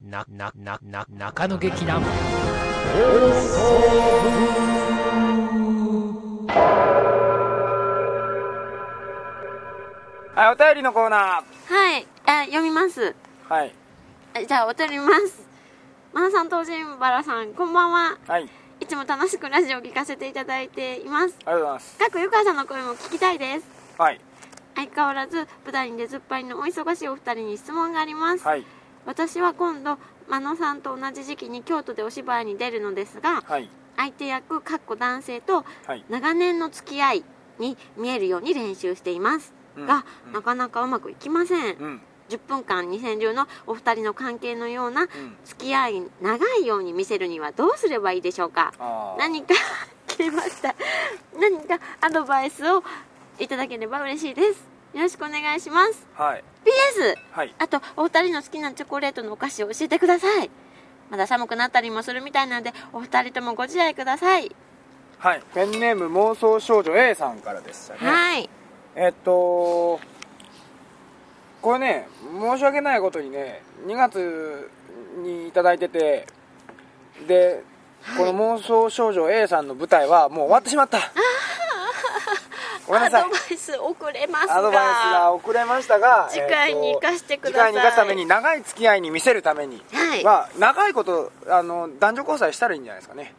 な、な、な、な、中野劇団。はい、お便りのコーナー。はい、あ読みます。はい。あじゃあ、お便り見ます。マナさん、東人バラさん、こんばんは。はい。ありいつも楽しくラジオを聞かせていただいています。がとうございます。各ゆかさんの声も聞きたいです。はい。相変わらず舞台に出ずっぱりのお忙しいお二人に質問があります、はい。私は今度真野さんと同じ時期に京都でお芝居に出るのですがはい。相手役かっこ男性とはい。長年の付き合いに見えるように練習していますうんが、うんなかなかうまくいきません、うん。 10分間二千流のお二人の関係のような付き合い長いように見せるにはどうすればいいでしょうかああ。何か 切れました何かアドバイスをいただければ嬉しいですよろしくお願いしますはい。 PS はい。あとお二人の好きなチョコレートのお菓子を教えてくださいまだ寒くなったりもするみたいなのでお二人ともご自愛ください、はい。ペンネーム妄想少女 A さんからでしたね。はいえっと、これね、申し訳ないことにね、2月にいただいてて、で、この妄想少女 A さんの舞台はもう終わってしまった。ごめんアなドさバい。イス遅れますがアドバイスが遅れましたが次回に生かしてくださえっと次回いに生かすために長い付き合いに見せるためにはいは長いことあの男女交際したらいいんじゃないですかね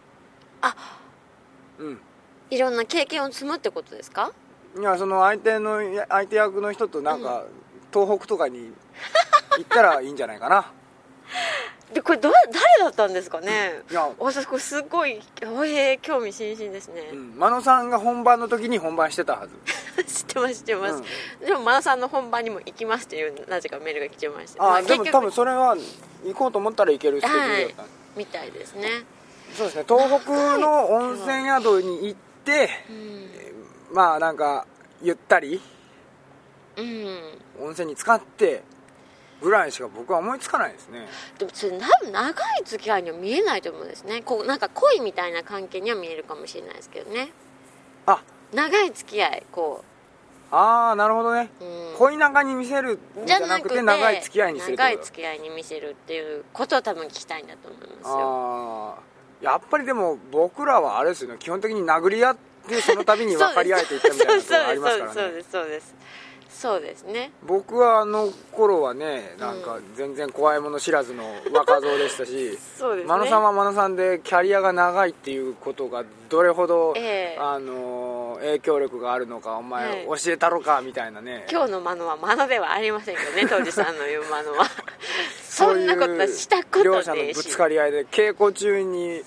あうんいろんな経験を積むってことですかいやその相手のや相手役の人となんか、東北とかに行ったらいいんじゃないか なでこれどう誰だったんですかねいや私これすごいおへ興味津々ですね、うん、真野さんが本番の時に本番してたはず 知ってます知ってます、でも真田さんの本番にも行きますっていうなぜかメールが来て ましたあ、までも結多局分それは行こうと思ったらいけるスケジュールだった、はいみたいですねそうですね東北の温泉宿に行ってうん、まあなんかゆったりうん、温泉に使ってぐらいしか僕は思いつかないですねでもそれ多分長い付き合いには見えないと思うんですねこうなんか恋みたいな関係には見えるかもしれないですけどねあ長い付き合いこああなるほどね、う、うん、恋仲に見せるんじゃなくて長い付き合いにするって長いこと付き合いに見せるっていうことを多分聞きたいんだと思いますよああやっぱりでも僕らはあれですよね基本的に殴り合ってその度に分かり合えていったみたいなことがありますからそうねですそうですそうですそうですそうですね僕はあの頃はねなんか全然怖いもの知らずの若造でしたし そうですね真野さんは真野さんでキャリアが長いっていうことがどれほど、ええあのー影響力があるのかお前は教えたろかみたいなね今日のマノはマノではありませんけどね 当時さんの言うマノはそそういんうなことはしたこと両で者しのぶつかり合いで稽古中に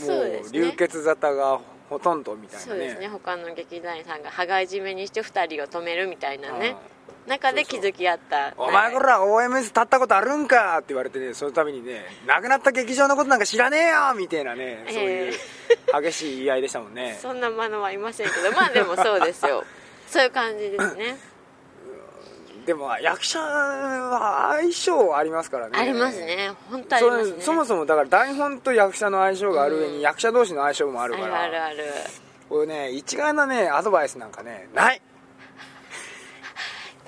もそうでうすね流血沙汰がほとんどみたいそなうねですね他の劇団員さんが羽交い締めにして2人を止めるみたいなね中で気づき合ったお前こら OMS 立ったことあるんかって言われてねそのためにね亡くなった劇場のことなんか知らねえよみたいなねそういうえ激しい言い合いでしたもんねそんなマノはいませんけどまあでもそうで すよそういう感じですねでも役者は相性ありますからねありますね本当ありますそねそもそもだから台本と役者の相性がある上に、うん役者同士の相性もああるからるあるあるこれね一概なねアドバイスなんかねない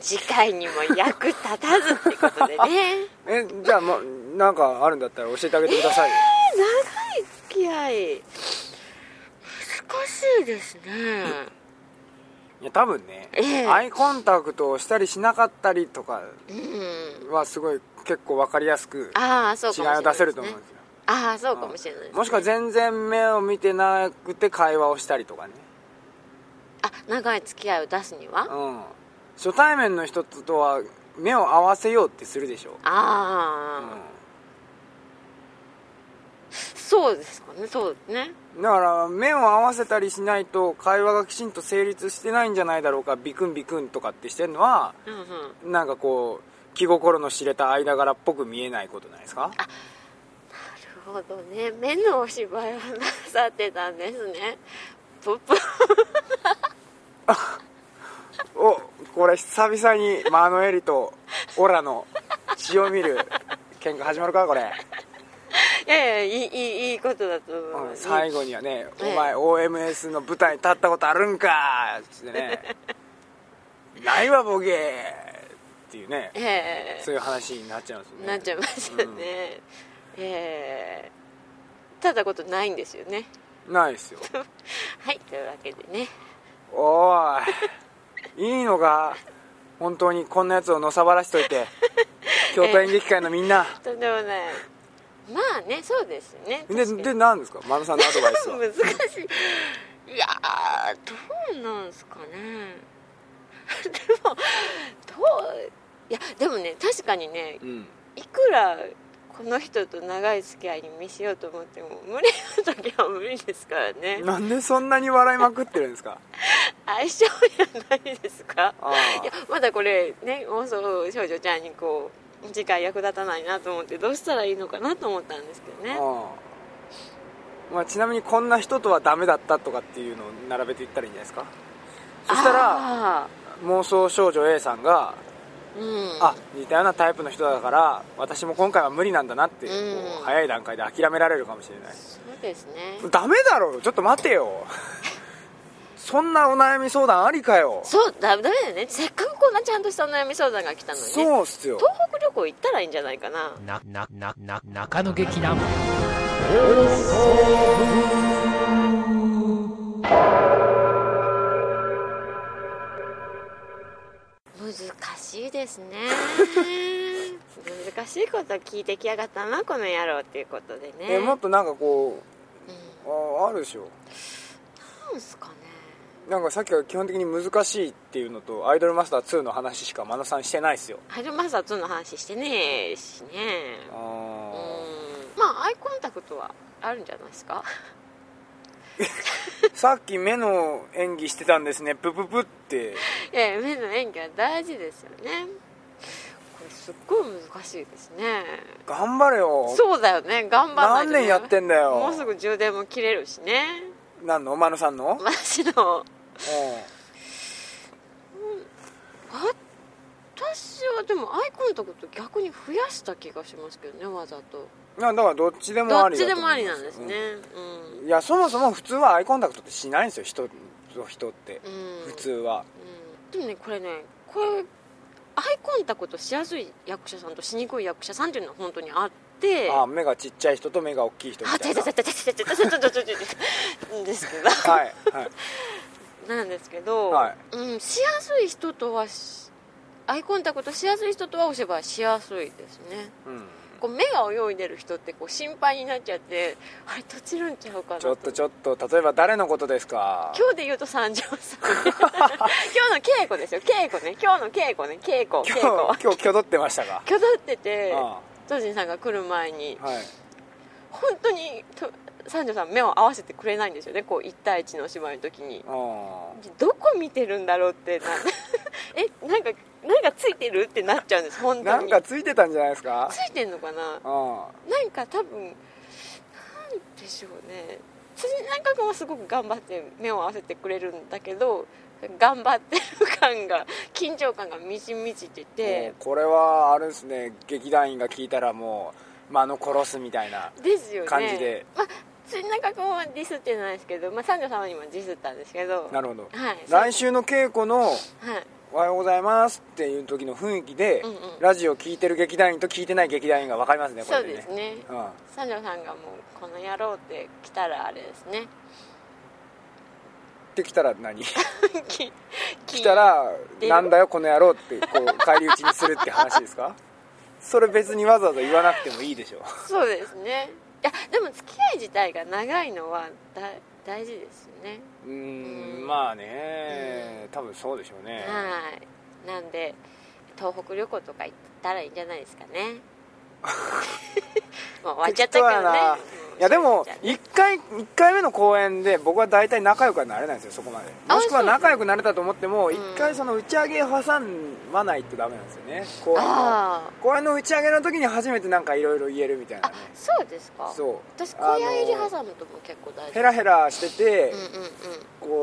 次回にも役立たずってことでねえじゃあ、ま、なんかあるんだったら教えてあげてくださいよ、長い付き合い難しいですね、いや多分ね、ええアイコンタクトをしたりしなかったりとかうんはすごい結構分かりやすくああそう違かいもしれないを出です、ね、せると思うんですよああそうかもしれないです、ね、もしくは全然目を見てなくて会話をしたりとかねあ長い付き合いを出すにはあうん初対面の人とは目を合わせようってするでしょあー、うそうですかねそうですねん、だから目を合わせたりしないと会話がきちんと成立してないんじゃないだろうかビクンビクンとかってしてるのはうんうんなんかこう気心の知れた間柄っぽく見えないことないですかなるほどね目のお芝居をなさってたんですねプップおこれ久々にマノエリとオラの血を見る喧嘩始まるかこれ、いやいやいいいいいいことだと思います、最後にはね「ええお前 OMS の舞台立ったことあるんか」っつってね「ないわボケ」っっていうねえそういう話になっちゃいますよえねなっちゃいますよね、うんええただことないんですよねないですよはいというわけでねおいいいのか本当にこんなやつをのさばらしと いて京都演劇界のみんなとんでもないまあねそうですねで確かにで何ですか丸さんのアドバイスは 難しいいやーどうなんすかね でもどういやでもね確かにねうんいくらこの人と長い付き合いに見せようと思っても無理な時は無理ですからねなんでそんなに笑いまくってるんです か相性じゃないですかあいやまだこれね妄想少女ちゃんにこう次回役立たないなと思ってどうしたらいいのかなと思ったんですけどねあまあ、ちなみにこんな人とはダメだったとかっていうのを並べていったらいいんじゃないですかそしたらら妄想少女 A さんがうんあ似たようなタイプの人だから私も今回は無理なんだなって、こうんう早い段階で諦められるかもしれないそうですねダメだろうちょっと待て よそんなお悩み相談ありかよそうだダメだよねせっかくこんなちゃんとしたお悩み相談が来たのにね東そうっすよ北旅行行ったらいいんじゃないかなな、な、な、な、中野劇団。難しいですね 難しいこと聞いてきやがったなこの野郎っていうことでねえもっとなんかこうんうああるでしょなんすかねなんかさっきから基本的に難しいっていうのと「アイドルマスター2」の話しか真野さんしてないっすよアイドルマスター2の話してねえしねあうんーまあアイコンタクトはあるんじゃないですか さっき目の演技してたんですねプププっていやいや目の演技は大事ですよねこれすっごい難しいですね頑張れよそうだよね頑張らな何いとね年やってんだよもうすぐ充電も切れるし ね何の真野さんの、私のう私はでもアイコンタクト逆に増やした気がしますけどねわざとん、なんだからどっちでもどあっりちだでと思いもあまりなんですね、うんいやそもそも普通はアイコンタクトってしないんですよ人と人ってうん、うん、普通はうんでもねこれねこれアイコンタクトしやすい役者さんとしにくい役者さんっていうのは本当にあってあ目がちっちゃい人と目が大きい人みあたちいょちなょちょちょちょちょちょちょちょちょちょちょですけどはいはいなんですけど、はいうん、しやすい人とはしアイコンタクトしやすい人とはお芝居しやすいですねうんこう目が泳いでる人ってこう心配になっちゃってあれとちるんちゃうかなちょっとちょょっと例えば誰のことですか今日で言うと三条 さん今日の稽古ですよ稽古ね今日の稽古ね稽古稽今古日今日きょどってましたか挙動っててあ当人さんが来る前にあはい本当にと三条さん目を合わせてくれないんですよねこう1対1のお芝居の時にあどこ見てるんだろうってな えなんか何かついてるってなっちゃうんですあ本当なにんかついてたんじゃないですかついてんのかなあなんか多分なんでしょうね辻中君はすごく頑張って目を合わせてくれるんだけど頑張ってる感が緊張感がみじみじてもてうこれはあれですね劇団員が聞いたらもう間の殺すみたいなですよね感じでまあ辻中君はディスってないですけど、まあ、三女様にもディスったんですけどなるほどはい来週の稽古のはい「おはようございます」っていう時の雰囲気で、うんうんラジオ聞いてる劇団員と聞いてない劇団員が分かりますねこそうれでねですねうん三女さんがもうこの野郎って来たらあれですねってきたら何来ききたら出るなんだよこの野郎ってこう返り討ちにするって話です かそれ別にわざわざ言わなくてもいいでしょそうですねいやでも付き合い自体が長いのはだ大事ですよねうーうんんまあね多分そうでしょうねはいなんで東北旅行とか行ったらいいんじゃないですか ねもう終わっちゃっ適当たけやどねなうんいやでも終わっちゃった1回一回目の公演で僕は大体仲良くはなれないんですよそこまであもしくはそう仲良くなれたと思ってもん1回その打ち上げを挟まないとダメなんですよね公演のあ公演の打ち上げの時に初めてなんかいろいろ言えるみたいあなあねそうですかそう私小屋入り挟むとも結構大事ヘラヘラしててうんうんうん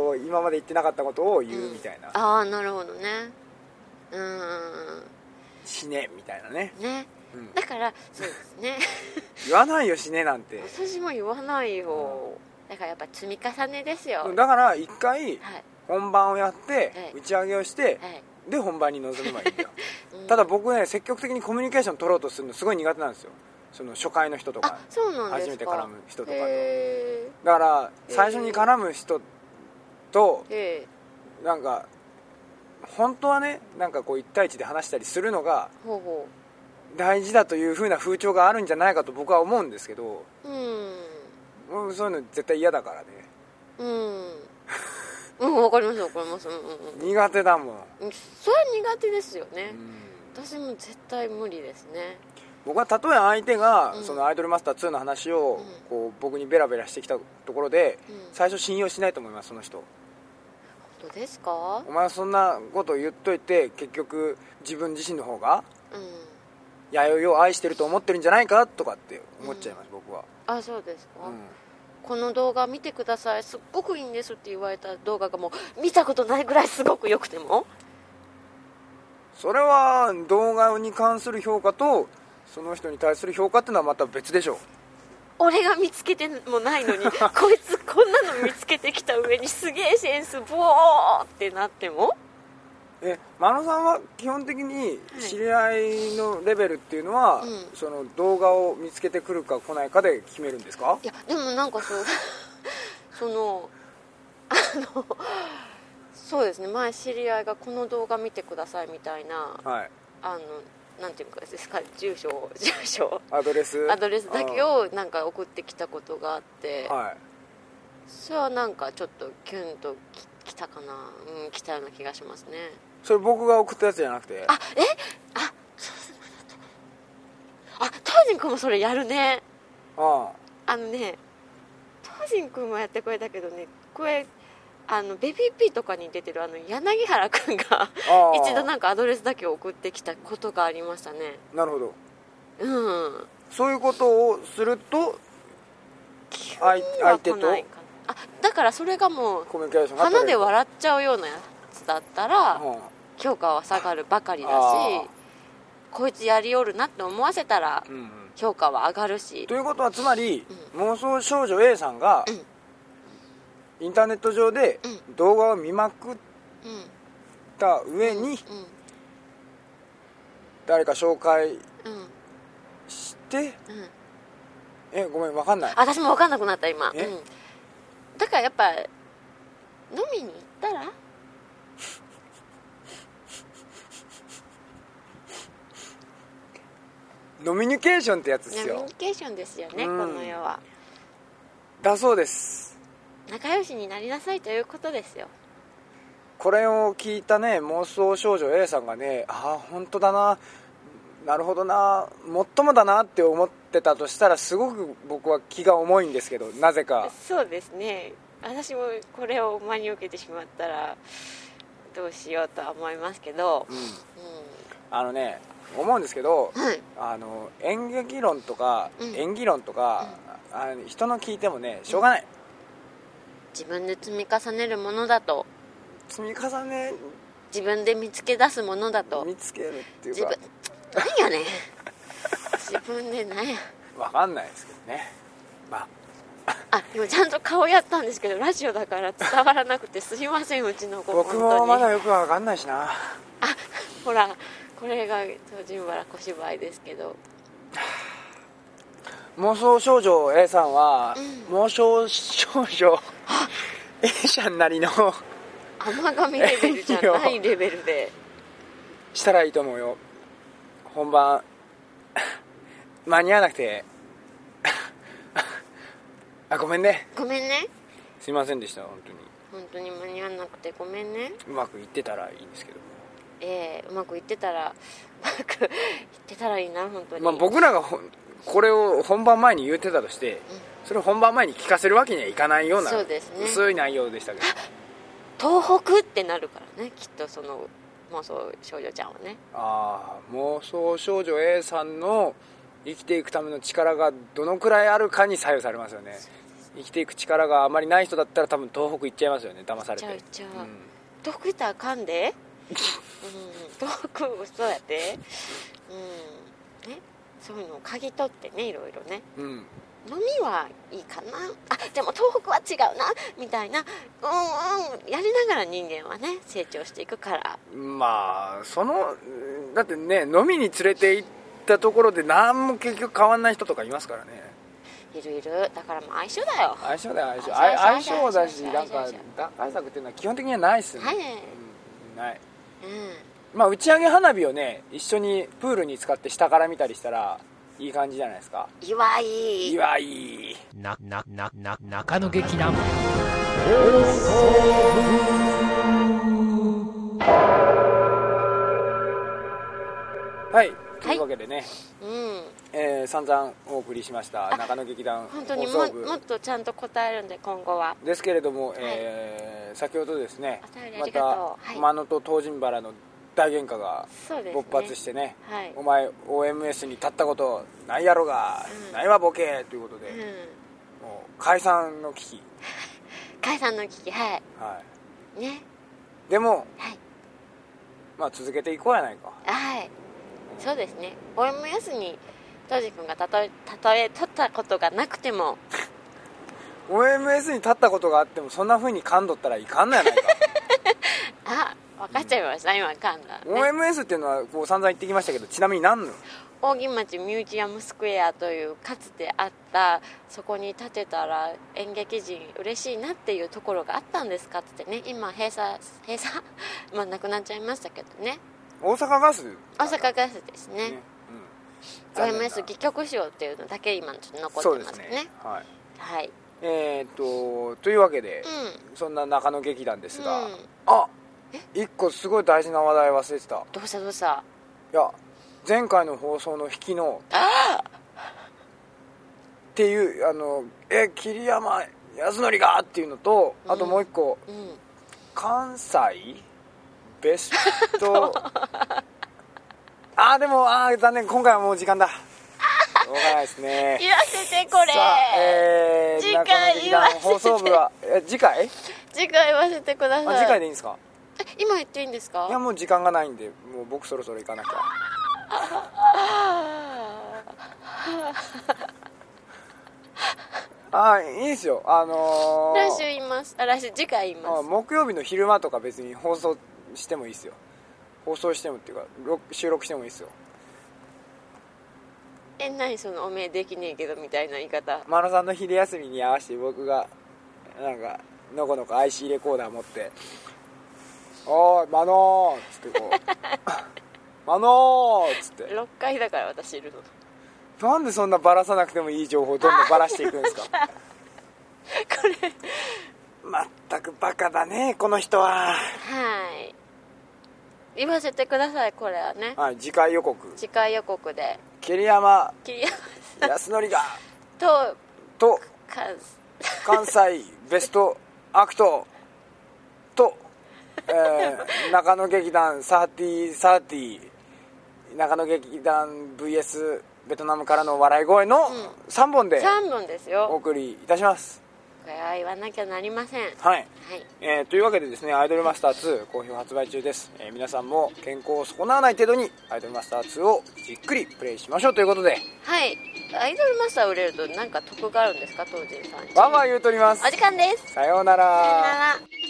こう今まで言ってなかったことを言うみたいなああなるほどねうーん死ねみたいなねねうんだからそうですね言わないよ死ねなんて 私も言わないよだからやっぱ積み重ねですよだから1回はい本番をやってはい打ち上げをしてはいで本番に臨めばいいんだよ うんただ僕ね積極的にコミュニケーション取ろうとするのすごい苦手なんですよその初回の人とあかそうなんですか初めて絡む人とかとへだから最初に絡む人とえへえなんか本当はねなんかこう1対1で話したりするのがほうほ大事だという風な風潮があるんじゃないかと僕は思うんですけどううんうんそういうの絶対嫌だからねうんうんわかりますわかりますうんうん苦手だもん、うんそれは苦手ですよね、うん私も絶対無理ですね僕はたとえ相手がうんそのアイドルマスター2の話うをんこう僕にベラベラしてきたところでうん最初信用しないと思いますその人どうですかお前はそんなこと言っといて結局自分自身の方がうん弥生を愛してると思ってるんじゃないかとかって思っちゃいます、僕は、あそうですか、うんこの動画見てくださいすっごくいいんですって言われた動画がもう見たことないぐらいすごく良くてもそれは動画に関する評価とその人に対する評価っていうのはまた別でしょ俺が見つけてもないのに こいつこんなの見つけてきた上にすげえセンスボーってなってもえ真野さんは基本的に知り合いのレベルっていうのは、はいうんその動画を見つけてくるか来ないかで決めるんですかいやでもなんかそう そのあのそうですね前知り合いがこの動画見てくださいみたいなはいあのなんていうんですか住所を住所をアドレスアドレスだけをなんか送ってきたことがあって、うんはいそれはなんかちょっとキュンとききたかなうんきたような気がしますねそれ僕が送ったやつじゃなくてあえあそうそうあタージン君もそれやるねああのねタージン君もやってくれたけどねこれあのベビーピーとかに出てるあの柳原君があああ一度なんかアドレスだけ送ってきたことがありましたねなるほどうんそういうことをするとあい相手と来ないかなあだからそれがもうコミュニケーションが取れ花るで笑っちゃうようなやつだったら、うん評価は下がるばかりだしあーこいつやりよるなって思わせたらうんうん評価は上がるしということはつまり、う妄想少女 A さんが、うんインターネット上でう動画を見まくっうんた上に、誰か紹介うんうんしてうんえごめんわかんないあ私も分かんなくなった今、うんえ、だからやっぱ飲みに行ったらノミニケーションってやつですコミュよニケーションですよね、うんこの世はだそうです仲良しになりなさいということですよこれを聞いたね妄想少女 A さんがねああ本当だななるほどなもっともだなって思ってたとしたらすごく僕は気が重いんですけどなぜかそうですね私もこれを真に受けてしまったらどうしようとは思いますけど、うんうあのね思うんですけどん、はいあの演劇論とか、うん演技論とか、あの人の聞いてもねしょうがない、自分で積み重ねるものだと積み重ね自分で見つけ出すものだと見つけるってい自うか分なんや ねん自分でなんやわかんないですけどねまああでもちゃんと顔やったんですけどラジオだから伝わらなくてすいませんうちの子僕本当もにまだよくわかんないしなほらこれが東尋原小芝居ですけど妄想少女 A さんは、う妄想少女 A さんなりの甘噛みレベルじゃないレベルでしたらいいと思うよ本番間に合わなくてあごめんね ごめんねすいませんでした本当に本当に間に合わなくてごめんねうまくいってたらいいんですけどもええうまくいってたらうまくいってたらいいな本当に、まあ、僕らがほんこれを本番前に言ってたとして、それを本番前に聞かせるわけにはいかないようなそうですね薄い内容でしたけど東北ってなるからねきっとその妄想少女ちゃんはねああ妄想少女 A さんの生きていくための力がどのくらいあるかに左右されますよね生きていく力があまりない人だったら多分東北行っちゃいますよね騙されて行っちゃう行っちゃううん東北行ったらあかんでうん東北そうやってうんねそういうのを嗅ぎ取ってねいろいろねうん飲みはいいかなあでも東北は違うなみたいなうんうんやりながら人間はね成長していくからまあそのだってね飲みに連れて行ったところで何も結局変わんない人とかいますからねいるいるだからもう相性だよ相性だよ相性相性相相性性だしなん相性か相性打開策っていうのは基本的にはないっすね、はいうんないうんまあ打ち上げ花火をね一緒にプールに使って下から見たりしたらいい感じじゃないですか岩井いわいいな、な、な、な、中野劇団。はいというわけでね、うんえー散々お送りしました中野劇団本当に放も送部もっとちゃんと答えるんで今後はですけれども、えー先ほどですねお便りあまりがとうた、はいマノと東神原の大喧嘩がそうですね勃発してねはいお前 OMS に立ったことないやろが、うんないわボケということで、うんもう解散の危機、解散の危機ははいねい、でも、はいまあ、続けていこうやないかはいそうですね OMS に当時君がたとえたとえ取ったことがなくても OMS に立ったことがあってもそんなふうに噛んどったらいかんのやないか あ分かっちゃいました、今噛んだ、ね、 OMS っていうのはこう散々言ってきましたけどちなみに何の大木町ミュージアムスクエアというかつてあったそこに建てたら演劇人嬉しいなっていうところがあったんですかってね今閉鎖閉鎖 まあなくなっちゃいましたけどね大阪ガス大阪ガスですねね、うん残念な OMS 戯曲賞っていうのだけ今ちょっとそ残うでってますすねねはいはいえー、っとというわけでう、んそんな中野劇団ですが、うんあ一個すごい大事な話題忘れてたいどうしたどうしたや前回の放送の引きのっていうあのえ桐山康則がっていうのとあともう一個、うん関西ベス トあーでもあー残念今回はもう時間だしょうがないですね言わせてこれ、さあ、えー、次中回野劇団言わせて放送部はえ次回次回言わせてくだあさい次回でいいんですかえ今言っていいんですかいやもう時間がないんでもう僕そろそろ行かなきゃああーいいですよあーの 来週ー言いますあ来週次回言いまあーす木曜日の昼間とか別に放送してもいいですよ放送してもっていうか録収録してもいいですよえ何そのおめえできねえけどみたいな言い方真野さんの昼休みに合わせて僕がなんかのこのこ IC レコーダー持って「おーい真野」っつってこう 「真野」っつって6回だから私いるのなんでそんなバラさなくてもいい情報をどんどんバラしていくんですか これまったくバカだねこの人ははい言わせてくださいこれはねはい次回予告次回予告で桐山切り合わ康則がせ ととか関西ベストアクトと、えー中野劇団3030中野劇団 VS ベトナムからの笑い声の3本で3本ですおよ送りいたします、これは言わなきゃなりませんはいはいえーというわけでですね「アイドルマスター2」好評発売中です、えー皆さんも健康を損なわない程度に「アイドルマスター2」をじっくりプレイしましょうということではいアイドルマスター売れると何か得があるんですか当時さんにわーわー言うとりますお時間ですさようならさよなら